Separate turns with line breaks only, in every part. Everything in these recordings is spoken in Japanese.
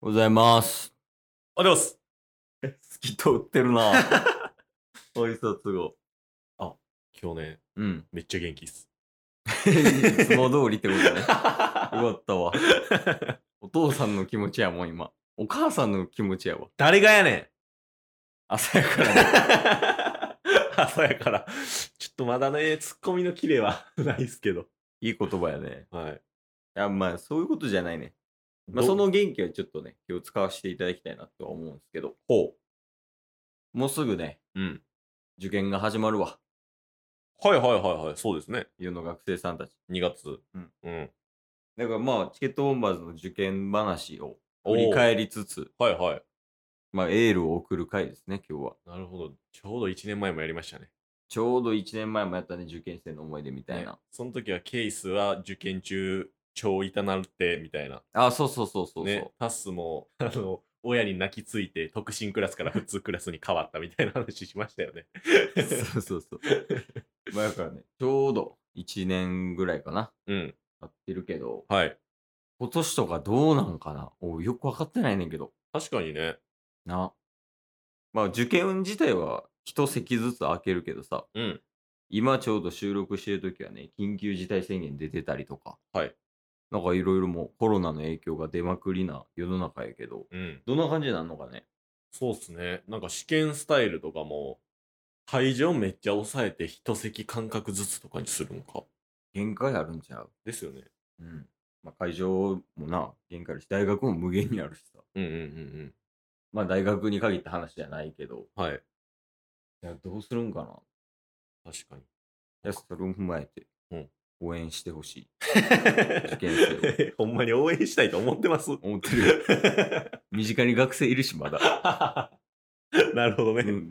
ございます。
おはようございます。
透き通ってる な挨拶が。
今日ね、
うん。
めっちゃ元気っす。
いつも通りってことね。よ
笑
かったわ。お父さんの気持ちやもん、今。お母さんの気持ちやわ。
誰がやねん
朝やからね。
朝やから、ちょっとまだね、ツッコミのキレは ないっすけど。
いい言葉やね。
はい。
いや、まあ、そういうことじゃないね。まあ、
ど
そ、の元気はちょっとね、気を使わせていただきたいなとは思うんですけど。
ほ
もうすぐね、
う。うん。
受験が始まるわ。
はいはいはいはい、そうですね。
世の学生さんたち。
2月。
うん。
うん。
だからまあ、チケットボンバーズの受験話を
おー
振り返りつつ、
はいはい。
まあ、エールを送る回ですね、今日は。
なるほど。ちょうど1年前もやりましたね。
ちょうど1年前もやったね、受験生の思い出みたいな。
ねその時はケイスは受験中、超痛なるって、みたいな。
あ、そうそうそうそうそう、
ね。タッスも、 あの、親に泣きついて、特進クラスから普通クラスに変わったみたいな話しました よね。
そうそう そう。まあだからね、ちょうど1年ぐらいかな、
うん。
やってるけど、
はい。
今年とかどうなんかなおよく分かってないねんけど。
確かにね。
な。まあ受験自体は一席ずつ開けるけどさ、
うん。
今ちょうど収録してる時はね、緊急事態宣言出てたりとか、
はい。
なんかいろいろもうコロナの影響が出まくりな世の中やけど、
うん。
どんな感じになるのかね
そうっすね。なんか試験スタイルとかも、会場めっちゃ抑えて一席間隔ずつとかにするのか。
限界あるんちゃう
ですよね。
うん。まあ、会場もな、限界あるし、大学も無限にあるしさ。
うんうんうん
まあ、大学に限った話じゃないけど、
うん。はい。
いや、どうするんかな。
確 かに。
いや、それを踏まえて
うん、
応援してほしい。
受
験生
ほんまに応援したいと思ってます。
思ってるよ。 身近に学生いるし、ま だ。
なるほどね。
うん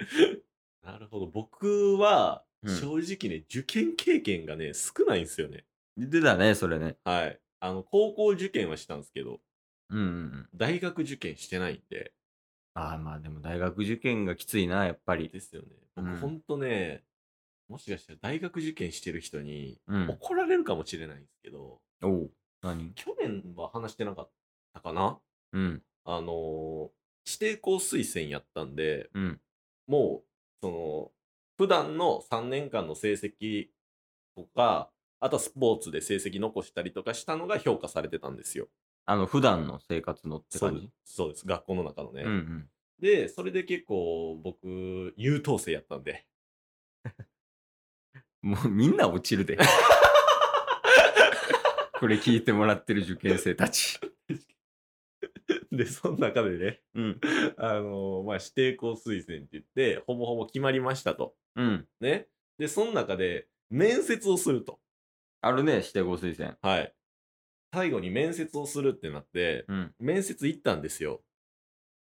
なるほど。僕は、
うん
正直ね、受験経験がね、少ないんですよね。
言ってたね、それね。
はい。あの、高校受験はしたんですけど、
うんうんうん。
大学受験してないんで、
ああ、まあでも大学受験がきついな、やっぱり。
ですよね。
う
僕
ん
ほんとね、もしかしたら大学受験してる人に
うん。
怒られるかもしれないんですけど、
おう。何
去年は話してなかったかな
うん。
あのー指定校推薦やったんで、
うん。
もう、その、普段の3年間の成績とか、あとはスポーツで成績残したりとかしたのが評価されてたんですよ。
あの、普段の生活のって感
そうで
じ
す。そうです。学校の中のね。
うんうん。
で、それで結構僕、優等生やったんで。
もうみんな落ちる で。これ聞いてもらってる受験生たち。
で、その中でね、
うん。
あのまあ、指定校推薦って言って、ほぼほぼ決まりましたと。
うん。
ね。で、その中で、面接をすると。
あるね、指定校推薦。
はい。最後に面接をするってなって、
うん。
面接行ったんですよ。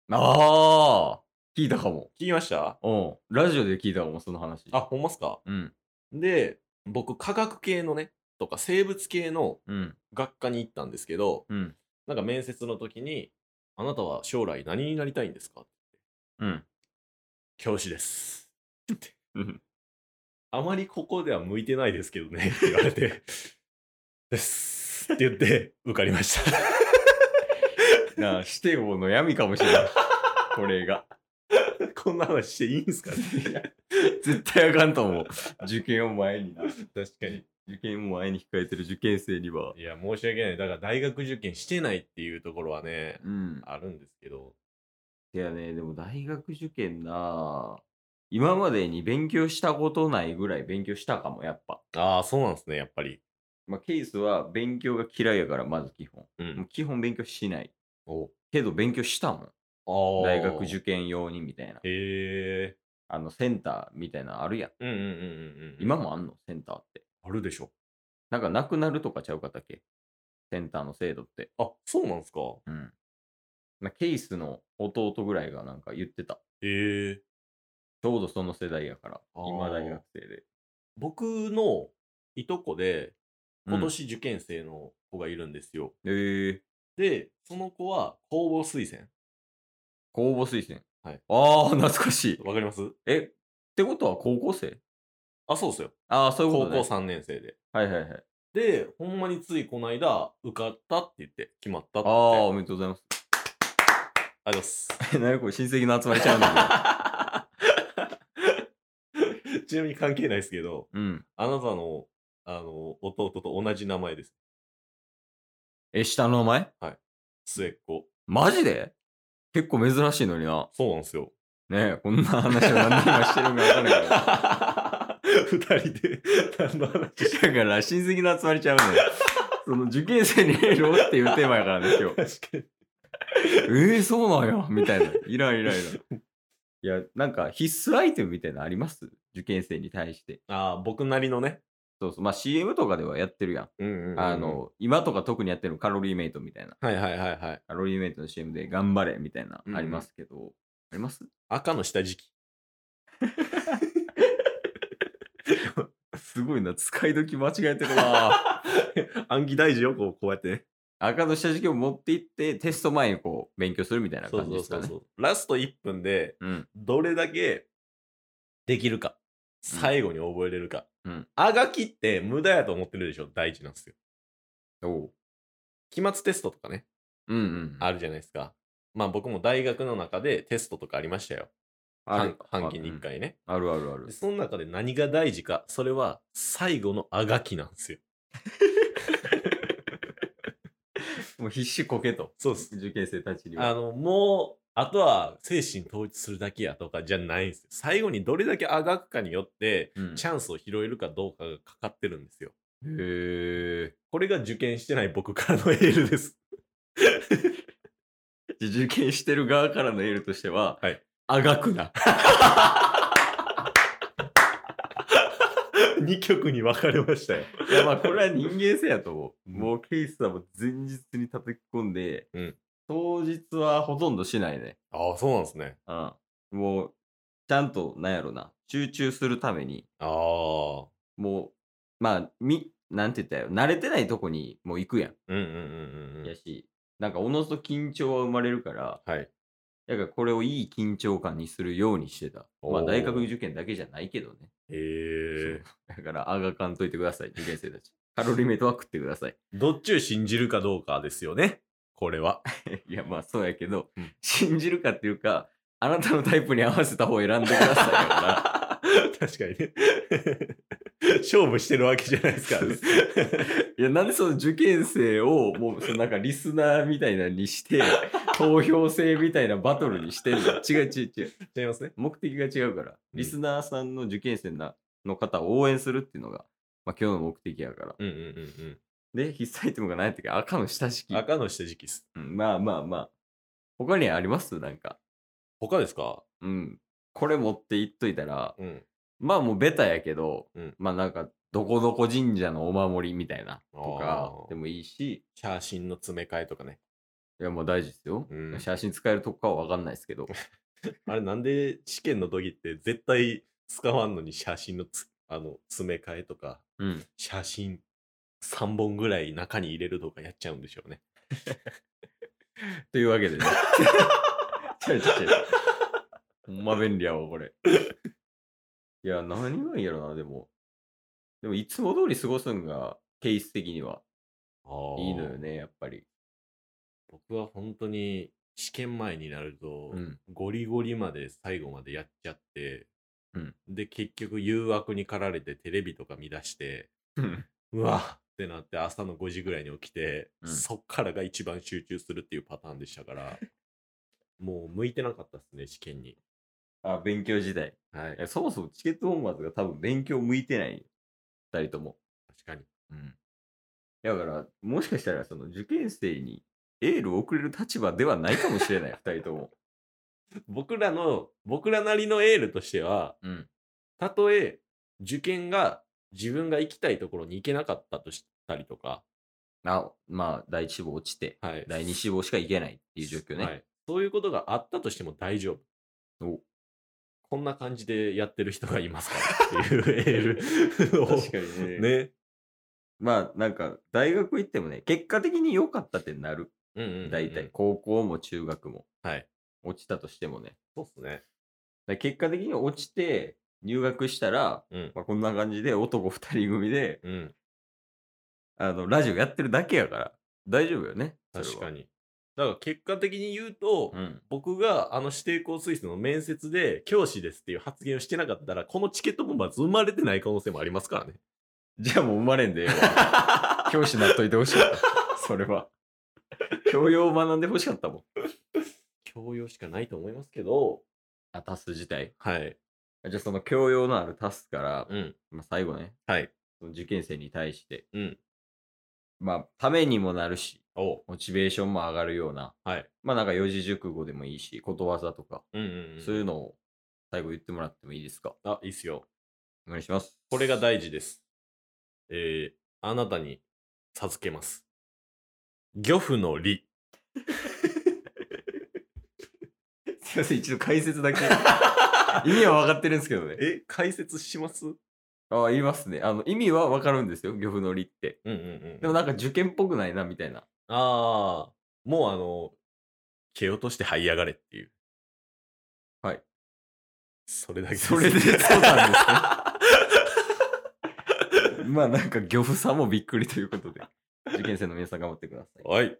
ああ聞いたかも。
聞きました
うん。ラジオで聞いたかも、その話。
あ、、ほんますか
うん。
で、僕、科学系のね、とか生物系の
うん。
学科に行ったんですけど、
うん。
なんか面接の時に、あなたは将来何になりたいんですか
うん。
教師です。
うん。
あまりここでは向いてないですけどねって言われ て、ですって言って受かりました。
なあ、指定校の闇かもしれ ない。これが。
こんな話していいんですかね
絶対あかんと思う。受験を前にな。
確かに。
受験を前に控えてる受験生には。
いや、申し訳ない。だから大学受験してないっていうところはね、
うん。
あるんですけど。
いやね、でも大学受験な今までに勉強したことないぐらい勉強したかも、やっぱ。
ああ、そうなんですね、やっぱり。
まあ、ケースは勉強が嫌いやから、まず基本。
う。
もうん基本勉強しない。
お
けど勉強したもん。
ああ。
大学受
験。
験用にみたいな。
へえ。
あの、センターみたいなのあるやん。
うんうんうんうんうん。
今もあんのセンターって。
あるでしょ。
なんかなくなるとかちゃうかったっけセンターの制度って。
あ、そうなんですか。
うん。まあ、ケイスの弟ぐらいがなんか言ってた。
へえ。
ちょうどその世代やから。
あー
今大学生で。
僕のいとこで、
うん
今。年受験生の子がいるんですよ。
えー、
で、その子は公募推薦。
公募推薦。
はい。
ああ、懐かしい。
わかります
え、ってことは高校生
あ、そうですよ。
ああ、そういうこ
高
と
校
ね。
3年生で。
はいはいはい。
で、ほんまについこの間、受かったって言って、決まったって
ああー、
言
お
って。
めでとうございます。
あります。
何これ親戚の集まりちゃうんだ
ちなみに関係ないですけど、
けど。うん。
あなたのあの弟と同じ名前です。
え、下の名前
末っ子。
マジで結構珍しいのにな。
そうなんで すよ。
ねえ、こんな話を何で今してるのか分かんないけど。だ
二人で何の話
から親戚の集まりちゃうのよ。その受験生にエールをっていうテーマやからね、今日。
確かに。
えー、そうなんや、みたいな。イライライラ。いや、なんか必須アイテムみたいなのあります受験生に対して。
ああ、僕なりのね。
そうそう。まあ CM とかではやってるやん。
うんうんうん
あ、の、今とか特にやってるのカロリーメイトみたいな。
はいはいはいはい。
カロリーメイトの CM で頑張れみたいな
うん
ありますけど。あります
赤の下敷き。
すごいな。使い時間違えてるな。
暗記大事よ、こうこうやってね。
赤の下敷きを持って行ってテスト前にこう勉強するみたいな
そう
感じ
そう
です
そ
か
う
ね。
そう。ラスト1分で、
うん。
どれだけできるか。最後に覚えれるか。
うん
あがきって無駄やと思ってるでしょ、大事なんですよ。
おう。
期末テストとかね、
うんうん。
あるじゃないですか。まあ僕も大学の中でテストとかありましたよ。
ある
半半期に1。回ね。
あうんあるあるある
で。その中で何が大事か、それは最後のあがきなんですよ。
もう必死こけと。
そうです。
受験生たちには。
あの、もう、あとは精神統一するだけやとかじゃないんですよ。最後にどれだけあがくかによって、
うん
チャンスを拾えるかどうかがかかってるんですよ。
へえ。
これが受験してない僕からのエールです。
受験してる側からのエールとしては、
はい
あがくな。
2曲に分かれましたよ。
いや、まあ、これは人間性やと思う。
うん
もう、ケイスさんも前日に叩き込んで、
うん
当日はほとんどしないね。
ああ、そうなんですね。
うん。もう、ちゃんと、なんやろな、集中するために、
ああ。
もう、まあ、み、なんて言ったらいいの慣れてないとこにもう行くやん。
うんうんうんうんう
や
ん。
し、なんか、おのずと緊張は生まれるから、
はい。
だからこれをいい緊張感にするようにしてた。まあ
おー
大学受験だけじゃないけどね。
へえ。
だから、あがかんといてください、受験生たち。カロリーメイトは食ってください。
どっちを信じるかどうかですよね。これは。
いや、まあそうやけど、
うん
信じるかっていうか、あなたのタイプに合わせた方を選んでくださいだか
確かにね。 勝負してるわけじゃないですからね。
ら。いや、なんでその受験生を、もう、そのなんかリスナーみたいなに して、投票制みたいなバトルにしてんの違う違う違う。
違いますね。
目的が違うから、リスナーさんの受験生なの方を応援するっていうのが、まあ今日の目的やから。
うんうんうん
で、必須アイテムがないときは赤の下敷
う
き
ん。。赤の下敷きっす。
うんまあまあまあ。他にありますなんか。
他ですか
うん。これ持っていっといたら、
うん。
まあもうベタやけど、
うん
まあなんか、どこどこ神社のお守りみたいなとか
あー
でもいいし、
写真の詰め替えとかね。
いやもう大事ですよ。
うん
写真使えるとこかはわかんないですけ ど。
あれなんで試験の時って絶対使わんのに写真のつあの詰め替えとか、
うん。
写真3本ぐらい中に入れるとかやっちゃうんでしょうね。
というわけでね。 違う違う違う。ほんま便利やわ、これ。いや、何がいいやろな、でも。でも、いつも通り過ごすんが、ケース的には。いいのよ。ね、やっぱり。
僕は本当に試験前になると、
うん
ゴリゴリまで最後までやっちゃって、
うん
で結局誘惑に駆られてテレビとか見出してうわってなって朝の5時ぐらいに起きて、
うん
そっからが一番集中するっていうパターンでしたからもう向いてなかったですね試験に、
あ、勉強時代。
は
い
い、
や
確
そもそもチケットフォーマーズが多分勉強向いてない。二人とも。
かに
うん。だから、もしかしたら、その受験生にエールを送れる立場ではないかもしれない、二人とも。
僕らの僕らなりのエールとしては
うん。
たとえ受験が自分が行きたいところに行けなかったとしたりとか、
あ、まあ、第一志望落ちて、
はい、
第二志望しか行けないって
て
いう状況ね。
そういうことがあったとしても大丈夫。
お
こんな感じでやってる人がいますからっていうエールを。
にね
ね。
まあ、なんか、大学行ってもね、結果的に良かったってなる。
うんうんうんうん
大体、。高校も中学も。
はい。
落ちたとしてもね。
そうっすね。
だから結果的に落ちて、入学したら、
うん。
まあ、こんな感じで男二人組で、
うん。
あの、ラジオやってるだけやから、大丈夫よね。
確か
に。
に。だから結果的に言うと、
うん。
僕があの指定校推薦の面接で教師ですっていう発言をしてなかったら、このチケットもまず生まれてない可能性もありますからね。
じゃあもう生まれんでええわ 教師なっといてほしいわ。それは。教養を学んでほしかったもん。
教養しかないと思いますけど、
あ、タス自体。
はい。
じゃあその教養のあるタスから、
うん。
まあ、最後ね、
はい。
その受験生に対して、
うん。
まあ、ためにもなるし、
おう
モチベーションも上がるような、
はい。
まあなんか四字熟語でもいいし、ことわざとか、
うんうん、うん。
そういうのを最後言ってもらってもいいですか
あ、いいっすよ。
お願いします。
これが大事です。えー、あなたに授けます。漁夫の利。
すいません、一度解説だけ。 意味は分かってるんですけどね。
え、解説しますうん
ああ、言いますね。あの、意味は分かるんですよ、漁夫のりって。
うんうん。
でもなんか受験っぽくないな、みたいな。
ああ、もうあの、蹴落として這い上がれっていう。
はい。
それだけ
それで、 そうなん ですね。まあなんか漁夫さんもびっくりということで、受験生の皆さん頑張ってください。
はい。